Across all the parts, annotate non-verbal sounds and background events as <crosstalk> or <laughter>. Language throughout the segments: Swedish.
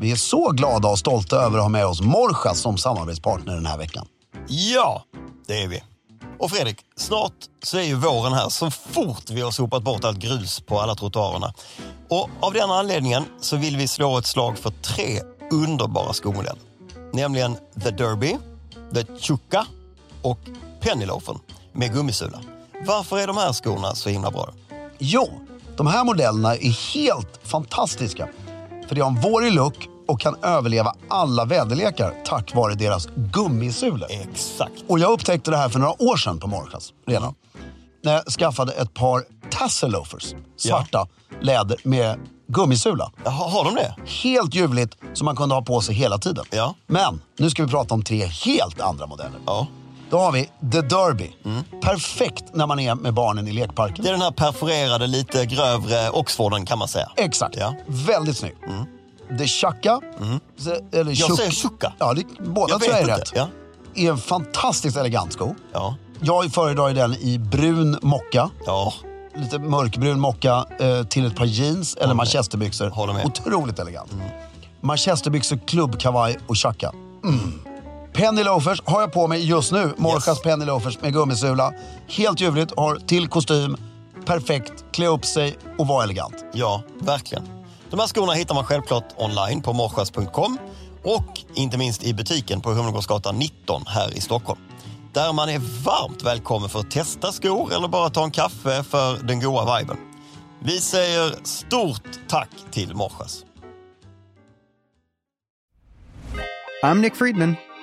Vi är så glada och stolta över att ha med oss Morja som samarbetspartner den här veckan. Ja, det är vi. Och Fredrik, snart så är ju våren här så fort vi har sopat bort allt grus på alla trottoarerna. Och av den anledningen så vill vi slå ett slag för tre underbara skomodeller. Nämligen The Derby, The Chukka och Pennyloafen med gummisula. Varför är de här skorna så himla bra? Jo, de här modellerna är helt fantastiska. För de har en vårig look och kan överleva alla väderlekar tack vare deras gummisulor. Exakt. Och jag upptäckte det här för några år sedan på Morjas redan. När jag skaffade ett par tassel loafers, svarta läder med gummisula. Ha, har de det? Helt ljuvligt som man kunde ha på sig hela tiden. Ja. Men nu ska vi prata om tre helt andra modeller. Ja. Då har vi The Derby. Perfekt när man är med barnen i lekparken. Det är den här perforerade, lite grövre Oxforden kan man säga. Exakt. Ja. Mm. Väldigt snygg. The Chaka. se- Eller Jag Chuk- säger Chukka. Ja, det, båda Jag tror jag är vet inte. rätt. Ja. Är en fantastiskt elegant sko. Ja. Jag föredrar ju den i brun mocka. Ja. Lite mörkbrun mocka eh, till ett par jeans eller manchesterbyxor. Håller med. Otroligt elegant. Manchesterbyxor, klubbkavaj och chacka. Mm. Penny loafers har jag på mig just nu. Morjas Yes. penny loafers med gummisula. Helt ljuvligt, har till kostym. Perfekt, klä upp sig och vara elegant. Ja, verkligen. De här skorna hittar man självklart online på morschas.com och inte minst i butiken på Humlegårdsgatan 19 här i Stockholm. Där man är varmt välkommen för att testa skor eller bara ta en kaffe för den goa viben. Vi säger stort tack till Morschas. I'm Nick Friedman.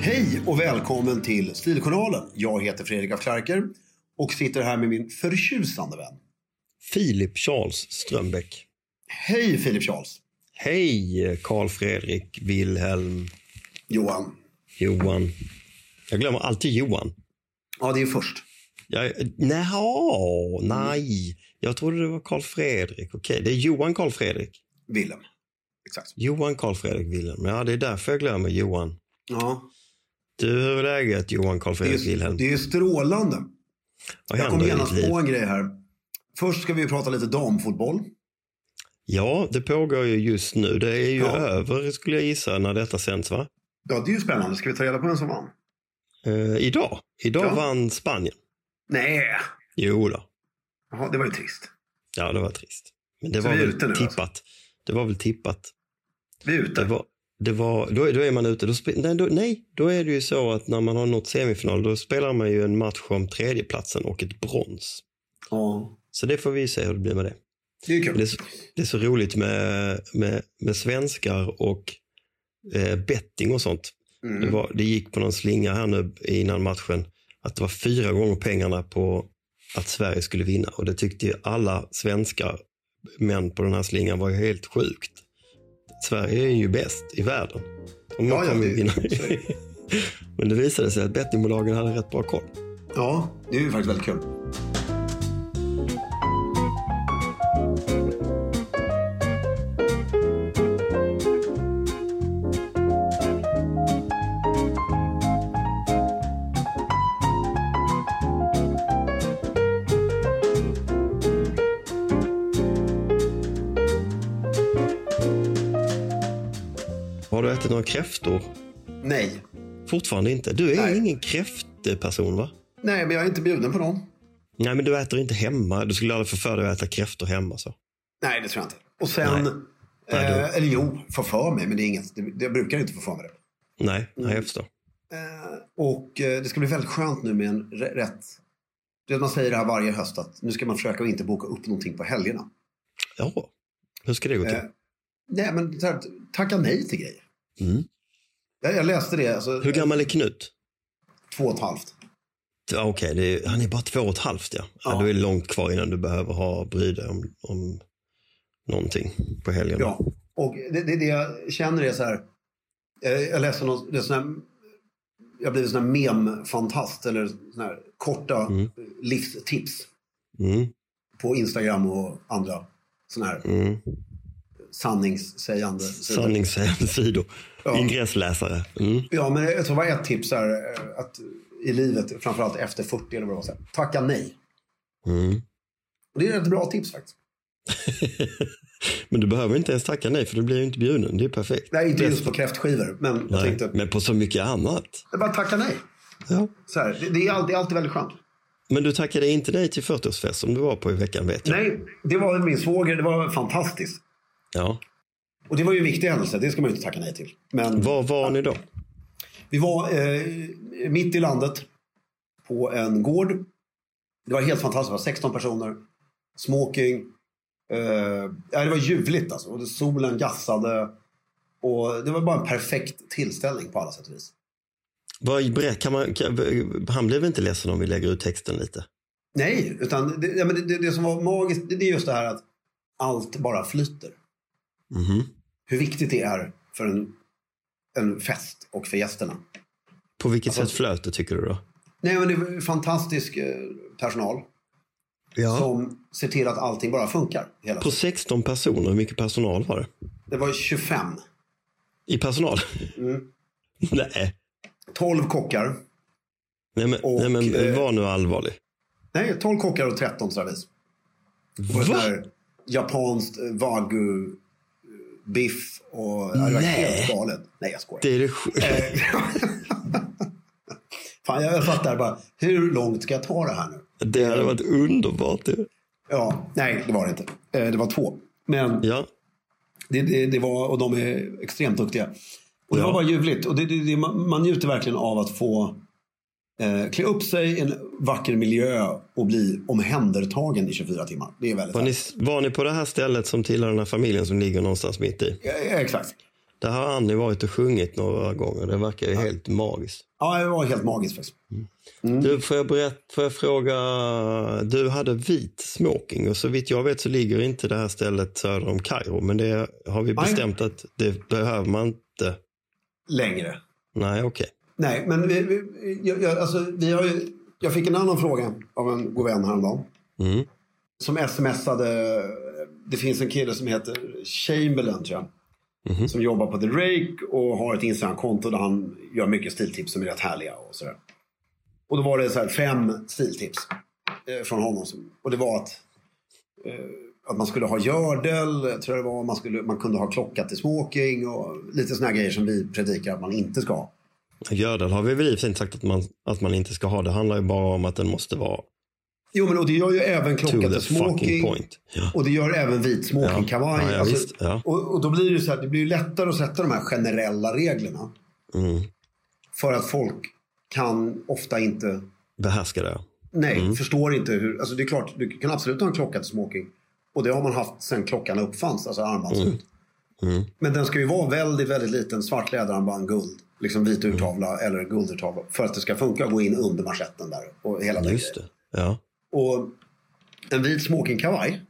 Hej och välkommen till Stiljournalen. Jag heter Fredrik af Klarker och sitter här med min förtjusande vän. Filip Charles Strömbäck. Hej Filip Charles. Hej Karl Fredrik, Wilhelm, Johan. Johan. Jag glömmer alltid Johan. Ja, det är först. Jag, nej, nej. Jag trodde det var Karl Fredrik. Okej, det är Johan Karl Fredrik. Willem. Exakt. Johan Karl Fredrik Wilhelm. Ja, det är därför jag glömmer Johan. Ja, Du, hur är läget Johan Karl det Fredrik är, Wilhelm? det är strålande. Vad Jag kom händer i ditt genast liv? på en grej här. Först ska vi prata lite damfotboll. Ja, det pågår ju just nu. Det är ju Ja. över skulle jag gissa när detta sänds va? Ja, det är ju spännande. Ska vi ta reda på vem som vann? Eh, idag. Idag Ja. vann Spanien. Nej, Jo då. Jaha, det var ju trist. Ja, det var trist. Men det Så var vi är väl ute nu, alltså? tippat. Det var väl tippat. Vi är ute. Det var, det var, då, är- då är man ute. Då, spe- nej, då, nej, då är det ju så att när man har nått semifinal då spelar man ju en match om tredjeplatsen och ett brons. Ja, Så det får vi se hur det blir med det. det är ju Det är kul. så, det är så roligt med, med, med svenskar och eh, betting och sånt. Mm. Det, var, det gick på någon slinga här nu innan matchen att det var fyra gånger pengarna på att Sverige skulle vinna och det tyckte ju alla svenskar män på den här slingan var ju helt sjukt. Sverige är ju bäst i världen. Och man Ja, ja, kommer ju det- vinna. så är det. <laughs> Men det visade sig att bettingbolagen hade rätt bra koll. Ja, det är ju faktiskt väldigt kul. Har du ätit några kräftor? Nej, Fortfarande inte. Du är Nej. ingen kräftperson va? Nej, men jag är inte bjuden på någon. Nej, men du äter inte hemma. Du skulle aldrig få för dig att äta kräftor hemma. Så. Nej, det tror jag inte. Och sen... Nej, du- Eh, eller jo, få för mig, men det är inget, det, jag brukar inte få för mig det. Nej, nej, Mm. jag förstår. Eh, och eh, det ska bli väldigt skönt nu med en r- rätt... Du vet, man säger det här varje höst att nu ska man försöka att inte boka upp någonting på helgerna. Ja. Hur ska det gå till? Eh, nej, men så här, tacka nej till grejer. Mm. Jag, jag läste det, alltså, Hur gammal är Knut? två och ett halvt. Ja, Okej, det är- han är bara två och ett halvt. Ja. Ja. Ja. du är långt kvar innan du behöver ha bry dig om, om någonting på helgen. Ja, och det, det, det jag känner är så här. eh, Jag läste någon, det är sån här, jag har blivit sån här mem-fantast eller sån här korta livstips Mm, på Instagram och andra sån här mm. sanningssägande. sidor. Sanningssägande sidor. Ja. Ingressläsare. Mm. Ja, men jag tror det var ett tips här, eh, att i livet, framförallt efter 40 eller vad det var, så här, tacka nej. Mm. Och det är ett bra tips faktiskt. Men du behöver inte ens tacka nej för du blir ju inte bjuden. Det är perfekt. Nej, inte Bäst- just på kräftskivor, men jag Nej, tänkte Men på så mycket annat. jag bara tacka nej. Ja. Så här, det, det, är alltid, det är alltid väldigt skönt. Men du tackade inte nej till 40-årsfest som du var på i veckan vet jag. Nej, det var min svåger, det var fantastiskt. Ja. Och det var ju en viktig händelse, det ska man ju inte tacka nej till. Men Var var ni då? vi var eh, mitt i landet på en gård. Det var helt fantastiskt, det var 16 personer. Smoking. Eh, ja, det var ljuvligt alltså. Och det- solen gassade. Och det var bara en perfekt tillställning på alla sätt och vis. Var, berä- kan man, kan, han blev inte ledsen om vi lägger ut texten lite? Nej, utan det, ja, men det, det, det som var magiskt det, det är just det här att allt bara flyter. Mhm. Hur viktigt det är för en, en fest och för gästerna. På vilket Alltså- sätt flöt det tycker du då? Nej, men det var fantastisk eh, personal Ja. som ser till att allting bara funkar. Hela På tiden. 16 personer, hur mycket personal var det? Det var 25. I personal? Mm. <laughs> nej. 12 kockar. Nej men, Och, nej, men eh, var nu allvarlig. Nej, 12 kockar och 13 servis. Och ett Va? där japanskt eh, wagyu eh, biff och... Nej. Det var Nej. helt galet. Nej, jag skojar. Det är det sj- eh, Fan, jag satt där bara, hur långt ska jag ta det här nu? <laughs> Det hade varit underbart ju. Ja, nej, det var det inte. Eh, Det var två. Men Ja. det, det, det var, och de är extremt duktiga. Och det Ja. var bara ljuvligt. Och det, det, det, man, man njuter verkligen av att få eh, klä upp sig i en vacker miljö och bli omhändertagen i 24 timmar. Det är väldigt Var ni, härligt. var ni på det här stället som tillhör den här familjen som ligger någonstans mitt i? Ja, ja, Exakt. Där har Annie varit och sjungit några gånger. Det verkar ju helt magiskt. Ja, det var helt magiskt faktiskt. Mm. Du, får jag, berätta, får jag fråga, du hade vit smoking och så vitt jag vet så ligger inte det här stället söder om Kairo. Men det har vi Nej. bestämt att det behöver man inte. Längre. Nej, okej. Nej, men vi, vi, jag, jag, alltså, vi har ju, jag fick en annan fråga av en god vän häromdagen. Mm. Som smsade, det finns en kille som heter Chamberlain tror jag. Som jobbar på The Rake och har ett Instagram-konto där han gör mycket stiltips som är rätt härliga. Och, sådär. och då var det så här fem stiltips eh, från honom. Som, och det var att, eh, att man skulle ha gördel, tror jag det var. Man, skulle, man kunde ha klocka till smoking och lite sådana grejer som vi predikar att man inte ska ha. Gördel har vi väl i och för sig inte sagt att man, att man inte ska ha. Det handlar ju bara om att den måste vara Jo, men och det gör ju även to klocka the till fucking smoking. point. Ja. Och det gör även vit smokingkavaj. Ja, ja, Alltså, visst, ja. och, och då blir det ju så här, det blir ju lättare att sätta de här generella reglerna. Mm. För att folk kan ofta inte, Behärska det. nej, Mm. förstår inte hur, alltså det är klart, du kan absolut ha en klocka till smoking. Och det har man haft sedan klockan uppfanns, alltså armbandsut. Mm. Men den ska ju vara väldigt, väldigt liten, svart läderarmband, guld. Liksom vit urtavla eller guldurtavla. För att det ska funka att gå in under manschetten där. Och hela den Just grejen. det. Ja. Och en vit smokingkavaj.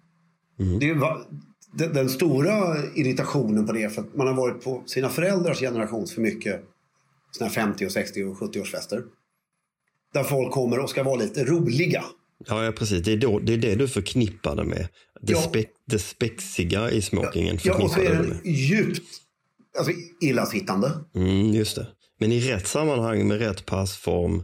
Det var, den, den stora irritationen på det är för att man har varit på sina föräldrars generations för mycket såna här 50 och 60 och 70-årsfester. Där folk kommer och ska vara lite roliga. Ja, ja, precis. Det är, då, det är det du förknippar det med. Det, Ja. spe, det spexiga i smokingen Ja, och så förknippar är du det med. den djupt alltså, illasittande. Mm, just det. Men i rätt sammanhang med rätt passform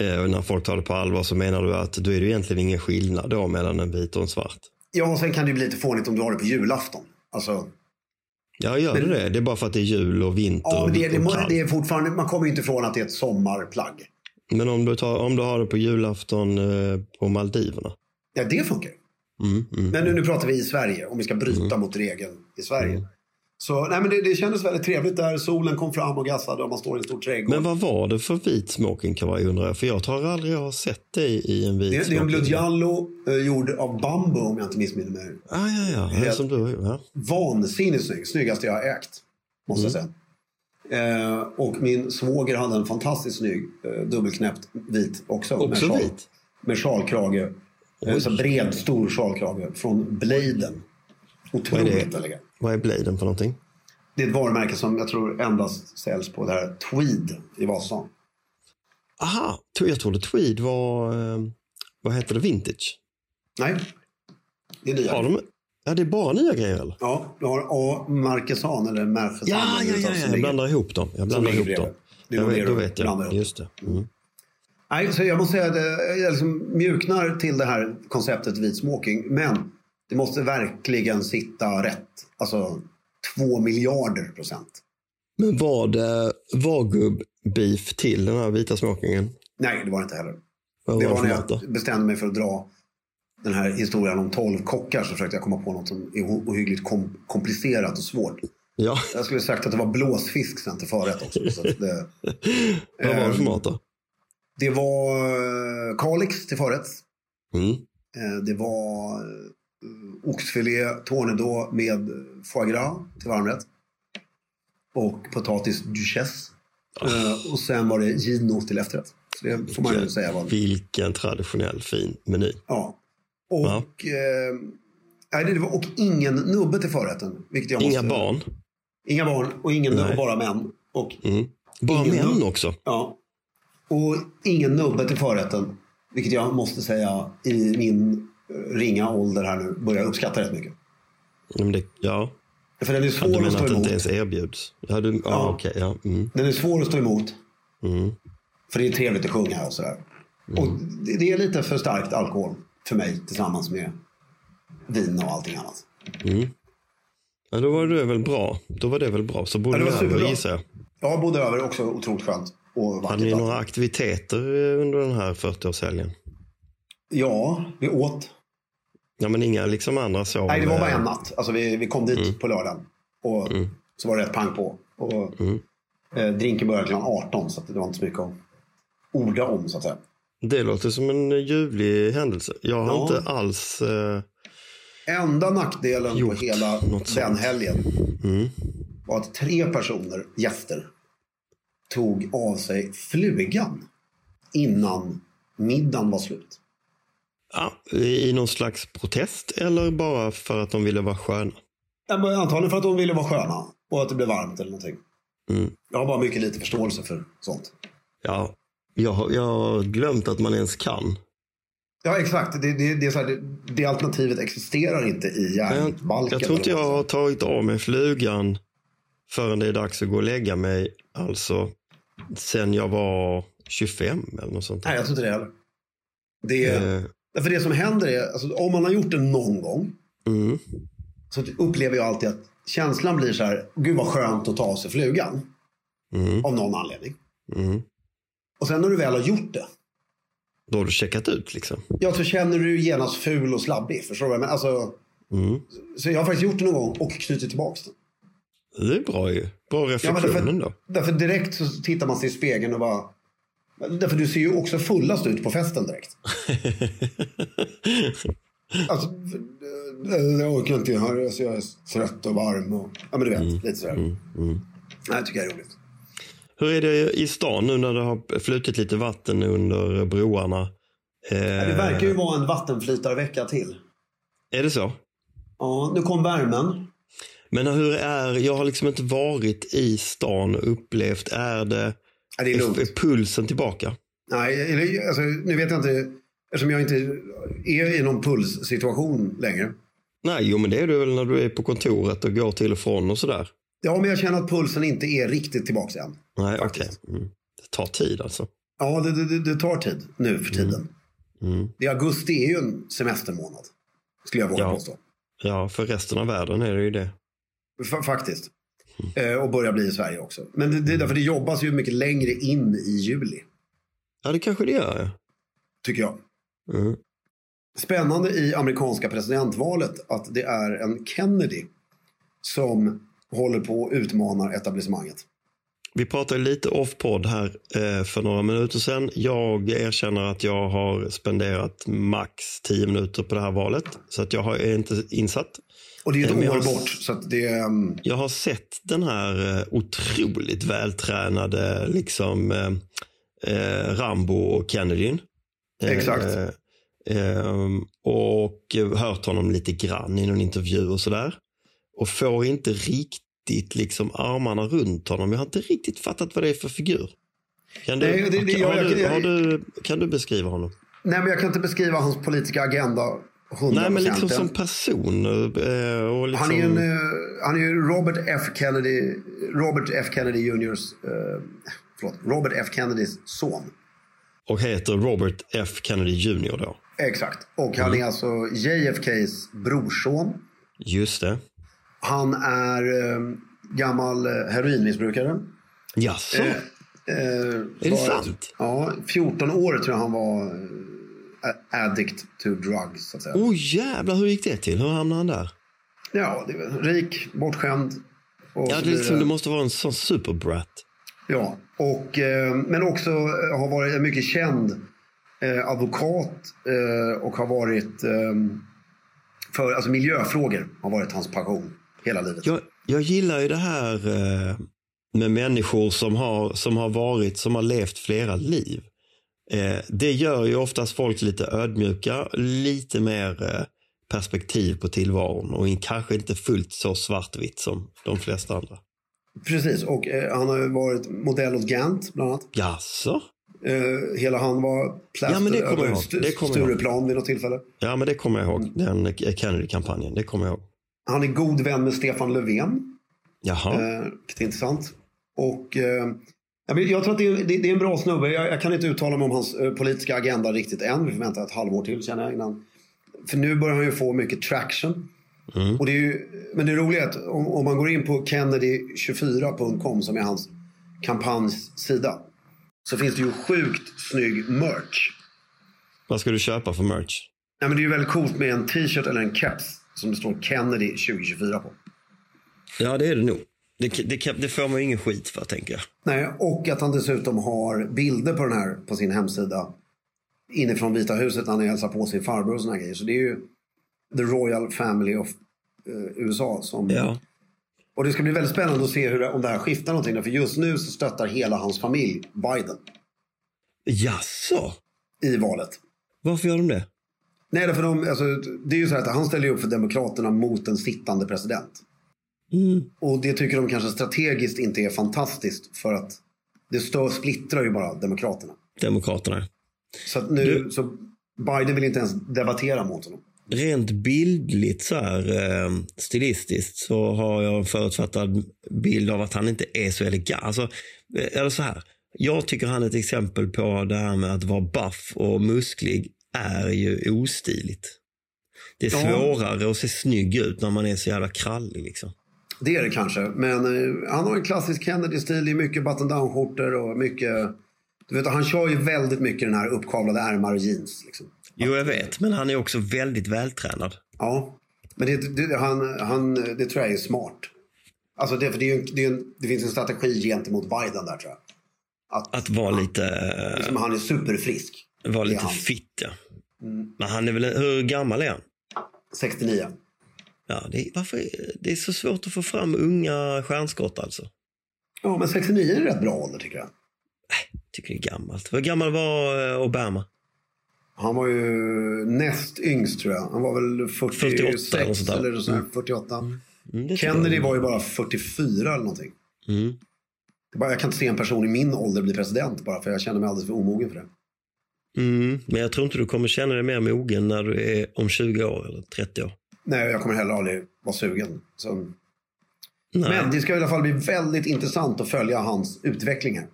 eh, och när folk tar det på allvar så menar du att då är det ju egentligen ingen skillnad då mellan en vit och en svart. Ja, och sen kan det ju bli lite fånigt om du har det på julafton. Alltså, Ja, gör det det? Det är bara för att det är jul och vinter Ja, och, men det, och det, kallt. det är fortfarande, man kommer ju inte ifrån att det är ett sommarplagg. Men om du, tar, om du har det på julafton eh, på Maldiverna. Ja, det funkar ju. Mm, mm. Mm. Men nu, nu pratar vi i Sverige, om vi ska bryta mot regeln i Sverige. Så nej, men det, det kändes väldigt trevligt där. Solen kom fram och gassade och man står i en stor trädgård. Men vad var det för vit smokingkavaj undrar jag? För jag tror aldrig jag har sett dig i en det, vit det är en smoking. Bludjallo eh, gjord av bambu om jag inte missminner mig. Ah, ja, ja, ja. Det är som du har gjort. Ja. Vansinnigt snygg. Snyggaste jag har ägt. Måste Mm. jag säga. Eh, och min svåger hade en fantastiskt snygg eh, dubbelknäppt vit också. Också sjal- vit? Med sjalkrage. Eh, så bred, stor sjalkrage. Från Bladen. Otroligt elegant. Vad är bladen för någonting? Det är ett varumärke som jag tror endast säljs på det här Tweed i Vasastan. Aha, to- jag trodde tweed var... Eh, vad heter det? Vintage? Nej, det är nya. Har de... Ja, det är bara nya grejer eller? Ja, du har A. Marquesan eller Marquesan. Ja, ja, ja, ja. Jag blandar ihop dem. Jag blandar ligger ihop dem. bredvid. Det Jag var vet, det då du vet jag. blandade ihop. Just det. Mm. Nej, så jag måste säga att jag liksom mjuknar till det här konceptet vit smoking. Men det måste verkligen sitta rätt. Alltså två miljarder procent. Men var det vargubb-beef till den här vita smokingen? Nej, det var det inte heller. Vad Det var var när det för jag jag... bestämde mig för att dra den här historien om tolv kockar så försökte jag komma på något som är o- ohyggligt kom- komplicerat och svårt. Ja, Jag skulle sagt att det var blåsfisk sen till förrätt också. Så att det, vad var det Ehm, för mat då? det var eh, Kalix till förrätt. Mm. Eh, Det var eh, oxfilé tornedå med foie gras till varmrätt. Och potatis duchesse. Eh, Och sen var det gino till efterrätt. Så det får man ju säga var Vilken traditionell fin meny. Ja. Och, eh, nej, det var, och ingen nubbe till förrätten. Vilket jag Inga måste, barn. Inga barn och ingen nubbe, Nej. bara män. Och, Bara Ingen män nubbe. också. ja. och ingen nubbe till förrätten. Vilket jag måste säga i min eh, ringa ålder här nu börjar jag uppskatta rätt mycket. Ja, Men det, ja. För den är Du svår att menar stå att det emot. inte ens erbjuds? Ja, du, ja. Ja. okej. ja. Mm. Den är svår att stå emot. För det är trevligt att sjunga och sådär. Mm. Och det, det är lite för starkt alkohol för mig tillsammans med vin och allting annat. Ja, då var det väl bra. Då var det väl bra. Så bodde Ja, det ni var över superbra. gissar jag. Jag bodde över också otroligt skönt och Hade ni vackert. några aktiviteter eh, under den här 40-årshelgen? Ja, vi åt. Ja, men inga liksom andra så. Nej, det var bara eh, Mm. en natt. Alltså, vi, vi kom dit på lördagen och så var det ett pang på. Och, Mm. eh, drinken började klockan 18 så att det var inte så mycket att orda om så att säga. Det låter som en eh, ljuvlig händelse. Jag har Ja. inte alls... Eh, Enda nackdelen Gjort på hela något den sånt. Mm. helgen var att tre personer, gäster, tog av sig flugan innan middagen var slut. ja, I någon slags protest eller bara för att de ville vara sköna? Ja, men Antagligen för att de ville vara sköna och att det blev varmt eller någonting. Mm. Jag har bara mycket lite förståelse för sånt. Ja, jag, har- jag har glömt att man ens kan. Ja, exakt. Det, det, det, är så här, det, det alternativet existerar inte i Jag, järnbalken. jag tror inte jag har tagit av mig flugan förrän det är dags att gå och lägga mig. Alltså, sen jag var 25 eller något sånt. där. Nej, jag tror inte det heller. Det, Eh, Därför det som händer är, alltså, om man har gjort det någon gång, Mm. så upplever jag alltid att känslan blir så här, gud vad skönt att ta av sig flugan. Av någon anledning. Mm. Och sen när du väl har gjort det, Då har du checkat ut liksom. ja, så känner du ju genast ful och slabbig. Förstår du? vad jag menar? alltså, Mm. så jag har faktiskt gjort det någon gång och knutit tillbaka den. Det är bra ju. Bra reflektion ändå. därför, därför direkt så tittar man sig i spegeln och bara... Därför du ser ju också fullast ut på festen direkt. <laughs> Alltså, eh, jag orkar inte göra det. så Jag är trött och varm. Och, ja, men du vet. Lite sådär. mm. Nej, det tycker jag är roligt. Hur är det i stan nu när det har flutit lite vatten under broarna? Eh, Det verkar ju vara en vattenflytarvecka till. Är det så? Ja, nu kom värmen. Men hur är, jag har liksom inte varit i stan och upplevt, är det, Ja, det är lugnt. är, är pulsen tillbaka? Nej, eller, alltså, nu vet jag inte. Eftersom jag inte är i någon pulssituation längre. Nej, jo men det är du väl när du är på kontoret och går till och från och sådär. Ja, men jag känner att pulsen inte är riktigt tillbaka än. Nej, okej. Faktiskt. Mm. Det tar tid alltså. Ja, det, det, det tar tid nu för tiden. Mm. Det, augusti är ju en semestermånad. Skulle jag våga Ja. påstå. Ja, för resten av världen är det ju det. F- faktiskt. Mm. Eh, och börjar bli i Sverige också. Men det, det är därför det jobbas ju mycket längre in i juli. Ja, det kanske det gör. Tycker jag. ja. Mm. Spännande i amerikanska presidentvalet att det är en Kennedy som håller på och utmanar etablissemanget. Vi pratade lite off-podd här eh, för några minuter sedan. Jag erkänner att jag har spenderat max 10 minuter på det här valet. Så att jag har, är inte insatt. Och det är Men ett år jag har- bort. Så att det, ehm, Jag har sett den här eh, otroligt vältränade liksom, eh, eh, Rambo och Kennedyn. Eh, Exakt. Eh, ehm, och eh, hört honom lite grann i någon intervju och sådär. Och får inte riktigt liksom armarna runt honom. Jag har inte riktigt fattat vad det är för figur. Kan du, Nej, det- det- har jag- du, jag- har du, kan du beskriva honom? nej men jag kan inte beskriva hans politiska agenda 100%. Nej, men liksom som person. eh, Och liksom, han, är ju en, eh, han är ju Robert F. Kennedy, Robert F. Kennedy Juniors, eh, förlåt, Robert F. Kennedys son. Och heter Robert F. Kennedy Jr. då. Exakt. Och han Mm. är alltså JFKs brorson. Just det. Han är eh, gammal eh, heroinmissbrukare. Jaså? Eh, det sant? Ja, 14 år tror jag han var eh, addict to drugs. Så att säga. Åh oh, jävlar, hur gick det till? Hur hamnade han där? Ja, det var rik, bortskämd. Och så Ja, det, är blir liksom, det måste vara en sån superbrat. ja, och, eh, men också eh, har varit en mycket känd eh, advokat eh, och har varit eh, för alltså miljöfrågor har varit hans passion hela livet. Jag, jag gillar ju det här eh, med människor som har, som har varit, som har levt flera liv. Eh, det gör ju oftast folk lite ödmjuka, lite mer eh, perspektiv på tillvaron och in, kanske inte fullt så svartvitt som de flesta andra. Precis, och eh, han har ju varit modell åt Gant bland annat. Jaså? Eh, hela han var plast Ja, men det kommer över jag ihåg. Stu- Det kommer jag ihåg. Stureplan vid något tillfälle. Ja, men det kommer jag ihåg. Den eh, Kennedy-kampanjen, det kommer jag ihåg. Han är god vän med Stefan Löfven. Jaha. Eh, vilket är intressant. Och, eh, jag vet- jag tror att det är, det, det är en bra snubbe. Jag, jag kan inte uttala mig om hans eh, politiska agenda riktigt än. Vi får vänta ett halvår till känner jag innan. För nu börjar han ju få mycket traction. Och det är ju, men det roliga är att om, om man går in på kennedy24.com som är hans kampanjsida. Så finns det ju sjukt snygg merch. Vad ska du köpa för merch? Nej, men det är ju väldigt coolt med en t-shirt eller en caps som det står Kennedy 2024 på. Ja, det är det nog. Det, det, kan- det får man ju ingen skit för, tänker jag. Nej, och att han dessutom har bilder på den här på sin hemsida. Inifrån Vita huset när han hälsar på sin farbror och såna här grejer. Så det är ju the royal family of eh, USA. Som, Ja. Och det ska bli väldigt spännande att se hur, det- om det här skiftar någonting. då, För just nu så stöttar hela hans familj Biden Jaså? i valet. Varför gör de det? Nej, därför de, alltså, det är ju så här att han ställer ju upp för Demokraterna mot en sittande president. Och det tycker de kanske strategiskt inte är fantastiskt för att det stör, splittrar ju bara Demokraterna. Demokraterna. Så att nu Du- så Biden vill inte ens debattera mot honom. Rent bildligt så här, eh, stilistiskt så har jag en förutfattad bild av att han inte är så elegant. Alltså, eh, eller så här. Jag tycker han är ett exempel på det här med att vara buff och musklig är ju ostiligt. Det är Ja. svårare att se snygg ut när man är så jävla krallig. Liksom. Det är det kanske. Men eh, han har en klassisk Kennedy-stil. Det är mycket button down-skjortor och mycket... Du vet, han kör ju väldigt mycket den här uppkavlade ärmar och jeans. Liksom. Jo, jag vet, men han är också väldigt vältränad. Ja, men det, det, han, han, det tror jag är smart. Alltså det, för det, är ju en, det, är en, det finns en strategi gentemot Biden där tror jag. Att, Att vara lite... eh, liksom, han är superfrisk. Var Det är lite han. fitt, ja. Mm. Men han är väl, hur gammal är han? 69. Ja, det, är, varför, är- det är så svårt att få fram unga stjärnskott alltså. Ja, men 69 är en rätt bra ålder tycker jag. Tycker det är gammalt. Hur gammal var eh, Obama? Han var ju näst yngst tror jag. Han var väl 46 48 eller något sånt där. eller så här, 48. Mm, det tror Kennedy jag. var ju bara 44 eller någonting. Mm. Det är bara- Jag kan inte se en person i min ålder bli president bara för jag känner mig alldeles för omogen för det. Mm, men jag tror inte du kommer känna dig mer mogen när du är om 20 år eller 30 år. Nej, jag kommer heller aldrig vara sugen. Så... Nej. Men det ska i alla fall bli väldigt intressant att följa hans utveckling här.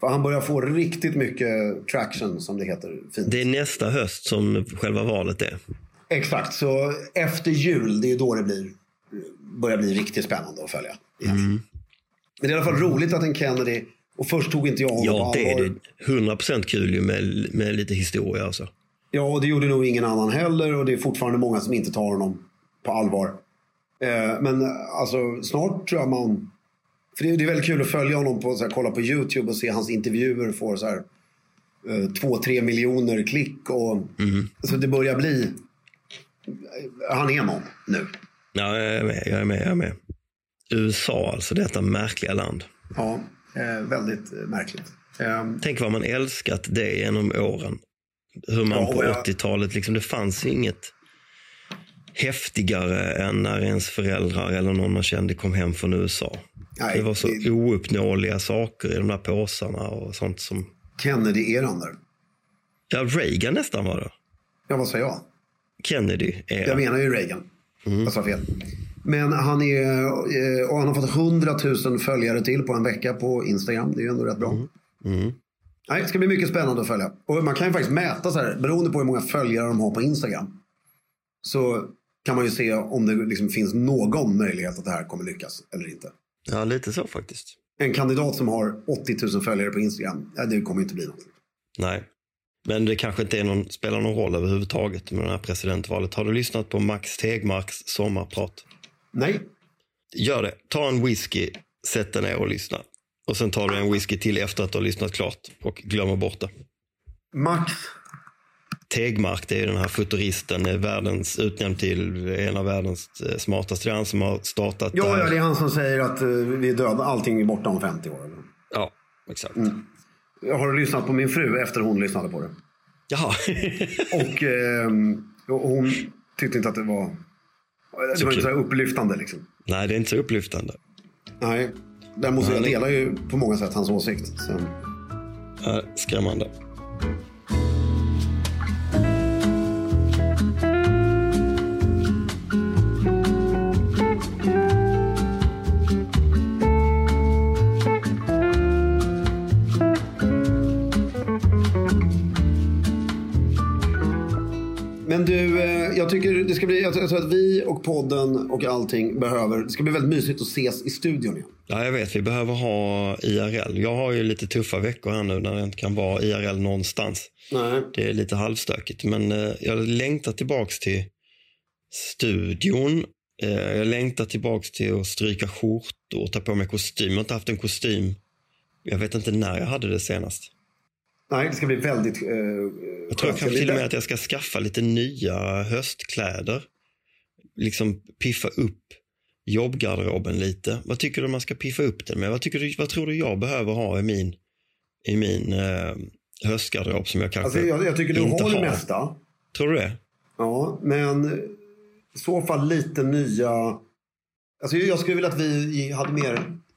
För han börjar få riktigt mycket traction som det heter fint. Det är nästa höst som själva valet är. Exakt, så efter jul, det är ju då det blir eh, börjar bli riktigt spännande att följa. igen. Mm. Men det är i alla fall roligt att en Kennedy, och först tog inte jag honom Ja, på det är allvar. det. 100% kul ju med, med lite historia alltså. Ja, och det gjorde nog ingen annan heller och det är fortfarande många som inte tar honom på allvar. Eh, men eh, alltså snart tror jag man... För det är, det är väldigt kul att följa honom på, så här, kolla på YouTube och se hans intervjuer får så här eh, två, tre miljoner klick och Mm. så det börjar bli... Han är någon nu. Ja, jag är med, jag är med, jag är med. USA alltså, detta märkliga land. Ja, eh, väldigt eh, märkligt. Eh, Tänk vad man älskat det genom åren. Hur man Ja, på ja. 80-talet, liksom, det fanns inget häftigare än när ens föräldrar eller någon man kände kom hem från USA. Nej, det var så det- ouppnåeliga saker i de där påsarna och sånt som... Kennedy-eran där. Ja, Reagan nästan var det. Ja, vad sa jag? Kennedy. Era. Jag menar ju Reagan. Mm. Jag sa fel. Men han, är, eh, och han har fått 100 000 följare till på en vecka på Instagram. Det är ju ändå rätt bra. Mm. Nej, det ska bli mycket spännande att följa. Och man kan ju faktiskt mäta så här, beroende på hur många följare de har på Instagram. Så kan man ju se om det liksom finns någon möjlighet att det här kommer lyckas eller inte. Ja, lite så faktiskt. En kandidat som har 80 000 följare på Instagram, ja, det kommer ju inte bli något. Nej. Men det kanske inte är någon, spelar någon roll överhuvudtaget med det här presidentvalet. Har du lyssnat på Max Tegmarks sommarprat? Nej, Gör det. Ta en whisky, sätt dig ner och lyssna. Och sen tar du en whisky till efter att du har lyssnat klart och glömmer bort det. Max. Tegmark, det är ju den här futuristen, eh, världens, utnämnd till en av världens eh, smartaste. Det är han som har startat det Ja, här. ja, det är han som säger att eh, vi är döda, allting är borta om 50 år. eller? ja, exakt. Har du lyssnat på min fru efter hon lyssnade på det? Jaha. <laughs> Och ehm, och hon tyckte inte att det var... Det var inte så här upplyftande liksom. Nej, det är inte så upplyftande. Nej. Däremot så jag delar ju på många sätt hans åsikt. Så. Ja, Skrämmande. Men du, eh, jag tycker det ska bli... Jag tror jag tror att vi och podden och allting behöver... Det ska bli väldigt mysigt att ses i studion igen. Ja, jag vet. Vi behöver ha IRL. Jag har ju lite tuffa veckor här nu när jag inte kan vara IRL någonstans. Nej. Det är lite halvstökigt, men eh, jag längtar tillbaks till studion. Eh, jag längtar tillbaks till att stryka skjortor och ta på mig kostym. Jag har inte haft en kostym. Jag vet inte när jag hade det senast. Nej, det ska bli väldigt... Eh, Jag tror jag kanske till och med att jag ska skaffa lite nya höstkläder. Liksom piffa upp jobbgarderoben lite. Vad tycker du man ska piffa upp den med? Vad, tycker du, vad tror du jag behöver ha i min, i min eh, höstgarderob som jag kanske Alltså, jag, jag tycker du inte har det har? mesta. Tror du det? Ja, men i så fall lite nya... Alltså jag skulle vilja att vi hade mer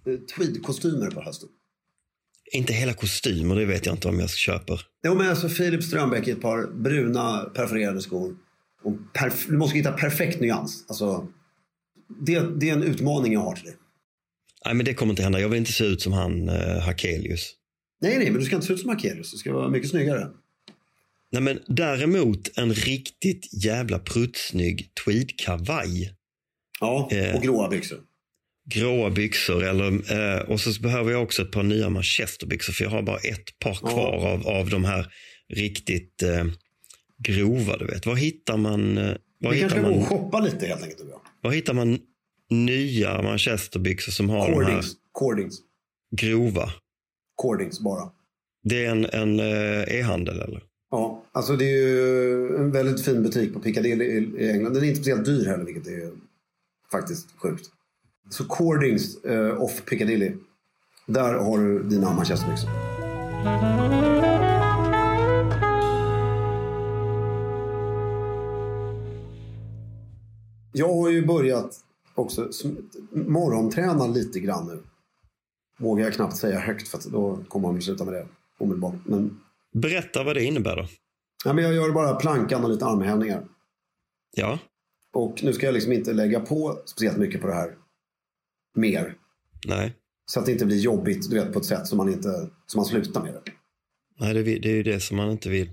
eh, tweedkostymer på hösten. Inte hela kostymer, det vet jag inte om jag köper. Jo, men alltså Filip Strömbäck i ett par bruna perforerade skor. Och perf- du måste hitta perfekt nyans. Alltså, det, det är en utmaning jag har till dig. Nej, men det kommer inte hända. Jag vill inte se ut som han eh, Hakelius. Nej, nej, men du ska inte se ut som Akelius. Du ska vara mycket snyggare. Nej, men däremot en riktigt jävla pruttsnygg tweedkavaj. Ja, Eh. och gråa byxor. Gråa byxor eller, eh, och så behöver jag också ett par nya manchesterbyxor för jag har bara ett par kvar av, av de här riktigt eh, grova. Du vet. Var hittar man, eh, var Vi kanske hittar ska gå man, och shoppa lite helt enkelt. du och jag. var hittar man nya manchesterbyxor som har de här Cordings. Cordings. grova? Cordings bara. Det är en, en eh, e-handel eller? Ja, alltså det är ju en väldigt fin butik på Piccadilly i- i England. Den är inte speciellt dyr heller, vilket är faktiskt sjukt. Så Cordings eh, off Piccadilly. Där har du dina manchesterbyxor. Jag har ju börjat också sm- morgonträna lite grann nu. Vågar jag knappt säga högt för att då kommer man sluta med det omedelbart. Men Berätta vad det innebär då. Ja, men jag gör bara plankan och lite armhävningar. Ja, Och nu ska jag liksom inte lägga på speciellt mycket på det här mer. nej. Så att det inte blir jobbigt du vet, på ett sätt som man, inte, som man slutar med det. nej det, vi- det är ju det som man inte vill.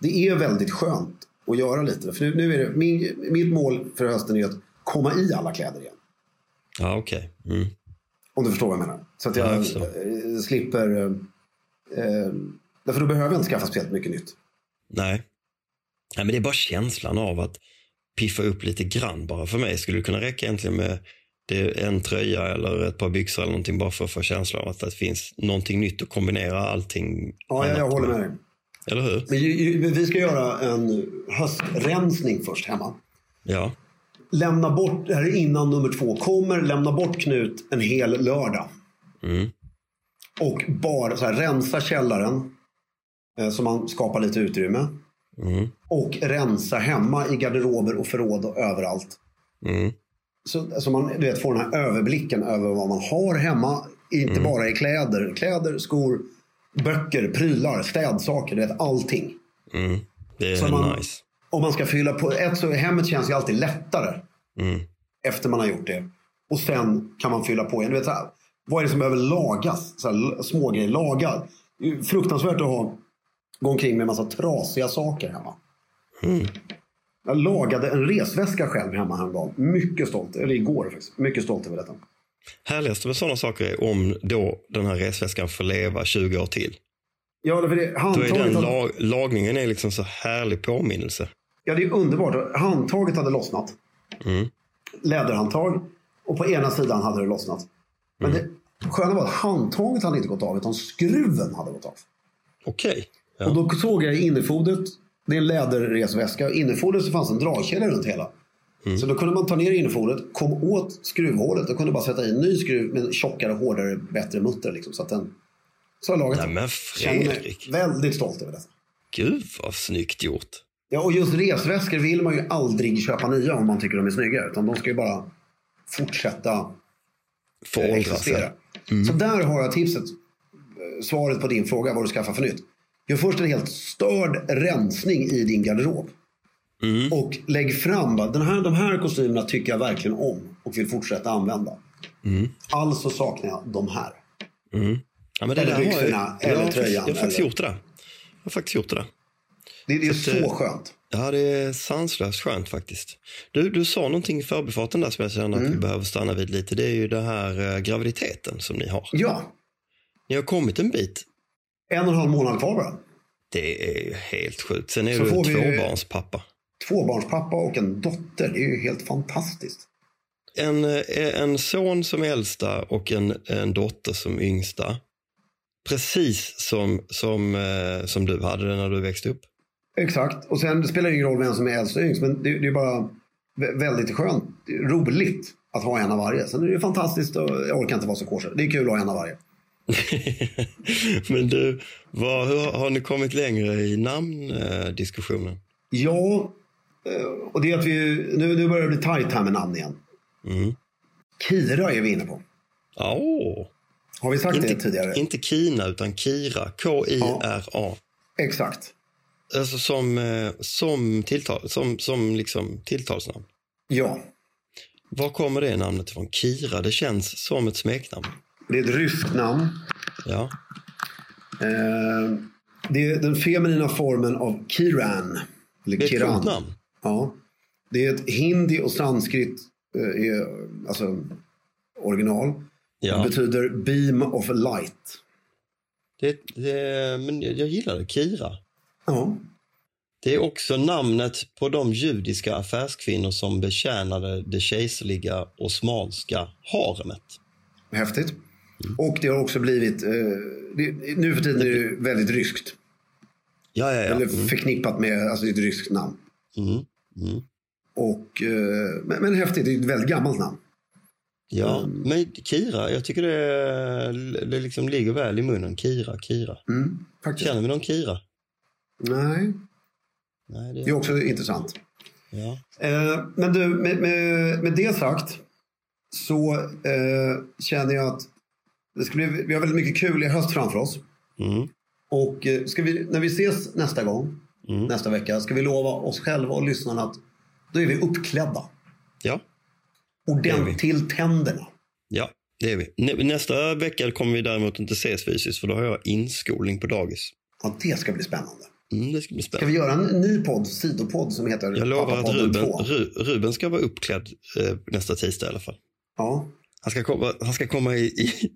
Det är väldigt skönt att göra lite. För nu, nu är det, min, mitt mål för hösten är att komma i alla kläder igen. Ja, okej. Mm. Om du förstår vad jag menar. Så att jag Ja, jag förstår. eh, slipper... eh, eh, därför då behöver jag inte skaffa speciellt mycket nytt. Nej. Nej, men det är bara känslan av att piffa upp lite grann bara. För mig skulle det kunna räcka egentligen med det är en tröja eller ett par byxor eller någonting bara för att få känslan av att det finns någonting nytt och kombinera allting. Ja, jag, jag annat håller med dig. Eller hur? Men ju- ju- men vi ska göra en höstrensning först hemma. Ja. Lämna bort, det här är innan nummer två kommer, lämna bort Knut en hel lördag. Mm. Och bara så här, rensa källaren. eh, Så man skapar lite utrymme. Mm. Och rensa hemma i garderober och förråd och överallt. Mm. Så, så man du vet, får den här överblicken över vad man har hemma. Inte Mm. bara i kläder. Kläder, skor, böcker, prylar, städsaker. Du vet, allting. Mm. Det Så är man- nice. Om man ska fylla på. Ett, så hemmet känns ju alltid lättare Mm. efter man har gjort det. Och sen kan man fylla på igen. Du vet, så här, vad är det som behöver lagas? Så här, l- smågrejer. Laga. Det är ju Fruktansvärt att ha, gå omkring med en massa trasiga saker hemma. Mm. Jag lagade en resväska själv hemma häromdagen. Mycket stolt. Eller igår faktiskt. Mycket stolt över detta. Härligaste med sådana saker är om då den här resväskan får leva 20 år till. Ja, för det, Då är den handtaget, hade, lag, lagningen är liksom så härlig påminnelse. ja, det är underbart. Handtaget hade lossnat. Mm. Läderhandtag. Och på ena sidan hade det lossnat. Men Mm. det sköna var att handtaget hade inte gått av, utan skruven hade gått av. Okej. Ja. Och då såg jag i innefodret, det är en läderresväska, och i innefodret så fanns en dragkedja runt hela. Mm. Så då kunde man ta ner innefodret, kom åt skruvhålet och kunde bara sätta i en ny skruv med en tjockare, hårdare, bättre mutter. Liksom, så att den... Så har jag lagat Nej den. men Känner mig Fredrik, väldigt stolt över detta. gud vad snyggt gjort. Ja, och just resväskor vill man ju aldrig köpa nya om man tycker de är snygga. Utan de ska ju bara fortsätta Föråldra sig. existera. Så där har jag tipset. eh, Svaret på din fråga vad du skaffar för nytt. Gör först en helt störd rensning i din garderob. Och lägg fram, bara, den här, de här kostymerna tycker jag verkligen om och vill fortsätta använda. Alltså saknar jag de här. Ja, men det Eller där har jag- byxorna, jag, har eller faktiskt- tröjan, Jag har faktiskt eller- gjort det. där. Jag har faktiskt gjort det. där. Det, det är Så att, eh, så skönt. Ja, det är sanslöst skönt faktiskt. Du, du sa någonting i förbifarten där som jag känner Mm. att vi behöver stanna vid lite. Det är ju den här eh, graviditeten som ni har. Ja, Ni har kommit en bit. en och en halv månad kvar bara. Det är ju helt sjukt. Sen är Så du får vi- tvåbarnspappa. Tvåbarnspappa och en dotter. Det är ju helt fantastiskt. En, eh, en son som är äldsta och en, en dotter som yngsta. Precis som, som, eh, som du hade när du växte upp. <laughs> Exakt. Och sen det spelar det ingen roll vem som är äldst och yngst. Men det, det är bara vä- väldigt skönt. Det är roligt att ha en av varje. Sen är det ju fantastiskt. Och jag orkar inte vara så kåsig. Det är kul att ha en av varje. Men du, vad, hur, har ni kommit längre i namndiskussionen? Ja, eh, och det är att vi... Nu, nu börjar det bli tajt här med namn igen. Mm. Kira är vi inne på. Ja, åh. Har vi sagt det tidigare? inte, inte Kina utan Kira. K-I-R-A. Exakt. Alltså som, eh, som, tilltal, som, som liksom tilltalsnamn. Ja. Var kommer det namnet ifrån? Kira, det känns som ett smeknamn. Det är ett ryskt namn. Ja, Eh, det är den feminina formen av Kiran. Eller det är ett Kiran. coolt namn. Ja. Det är ett hindi och sanskrit eh, är, alltså, original. Ja, Det betyder beam of light. det, det, men jag jag gillar det. Kira. Ja. Det är också namnet på de judiska affärskvinnor som betjänade det kejserliga osmanska haremet. Häftigt. Mm. Och det har också blivit, eh, det, nu för tiden är det ju väldigt ryskt. Ja, ja, ja. Eller Mm. förknippat med, alltså det är ett ryskt namn. Mm. Mm. Och, eh, men, men häftigt, det är ett väldigt gammalt namn. ja. Men Kira, jag tycker det, det liksom ligger väl i munnen. Kira, Kira. Mm, faktiskt. Känner vi någon Kira? Nej, Nej, det är det, också intressant. ja. Eh, men du, med, med, med det sagt så eh, känner jag att det ska bli, vi har väldigt mycket kul i höst framför oss. Mm. Och eh, ska vi, när vi ses nästa gång, Mm. nästa vecka, ska vi lova oss själva och lyssnarna att då är vi uppklädda. ja, Ordentligt till tänderna. ja, det är vi. Nä- Nästa vecka kommer vi däremot inte ses fysiskt för då har jag inskolning på dagis. Ja, det ska bli spännande. Mm, det ska bli Ska spännande. vi göra en ny podd, sidopodd som heter Jag lovar att Pappapodden Ruben, 2? Ru, Ruben ska vara uppklädd eh, nästa tisdag i alla fall. Ja. Han ska komma, han ska komma i, i <laughs>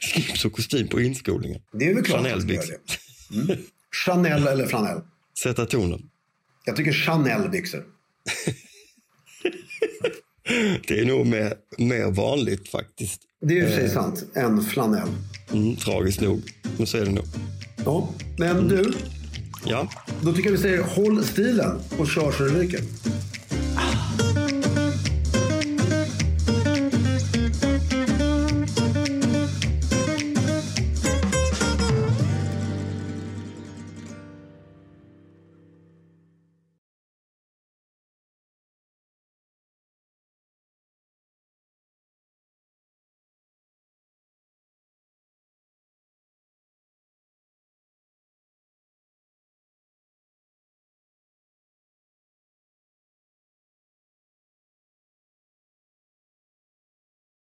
slips och kostym på inskolningen. Det är väl klart att han ska göra Chanelbyxor. det. Mm. Chanel eller flanell. Sätta tonen. Jag tycker Chanel-byxor. Det är nog mer, mer vanligt faktiskt. Det är ju i och för sig sant. En flanell. Mm, tragiskt nog. Men så är det nog. Ja, men du. Ja, Då tycker jag vi säger håll stilen och kör så det ryker.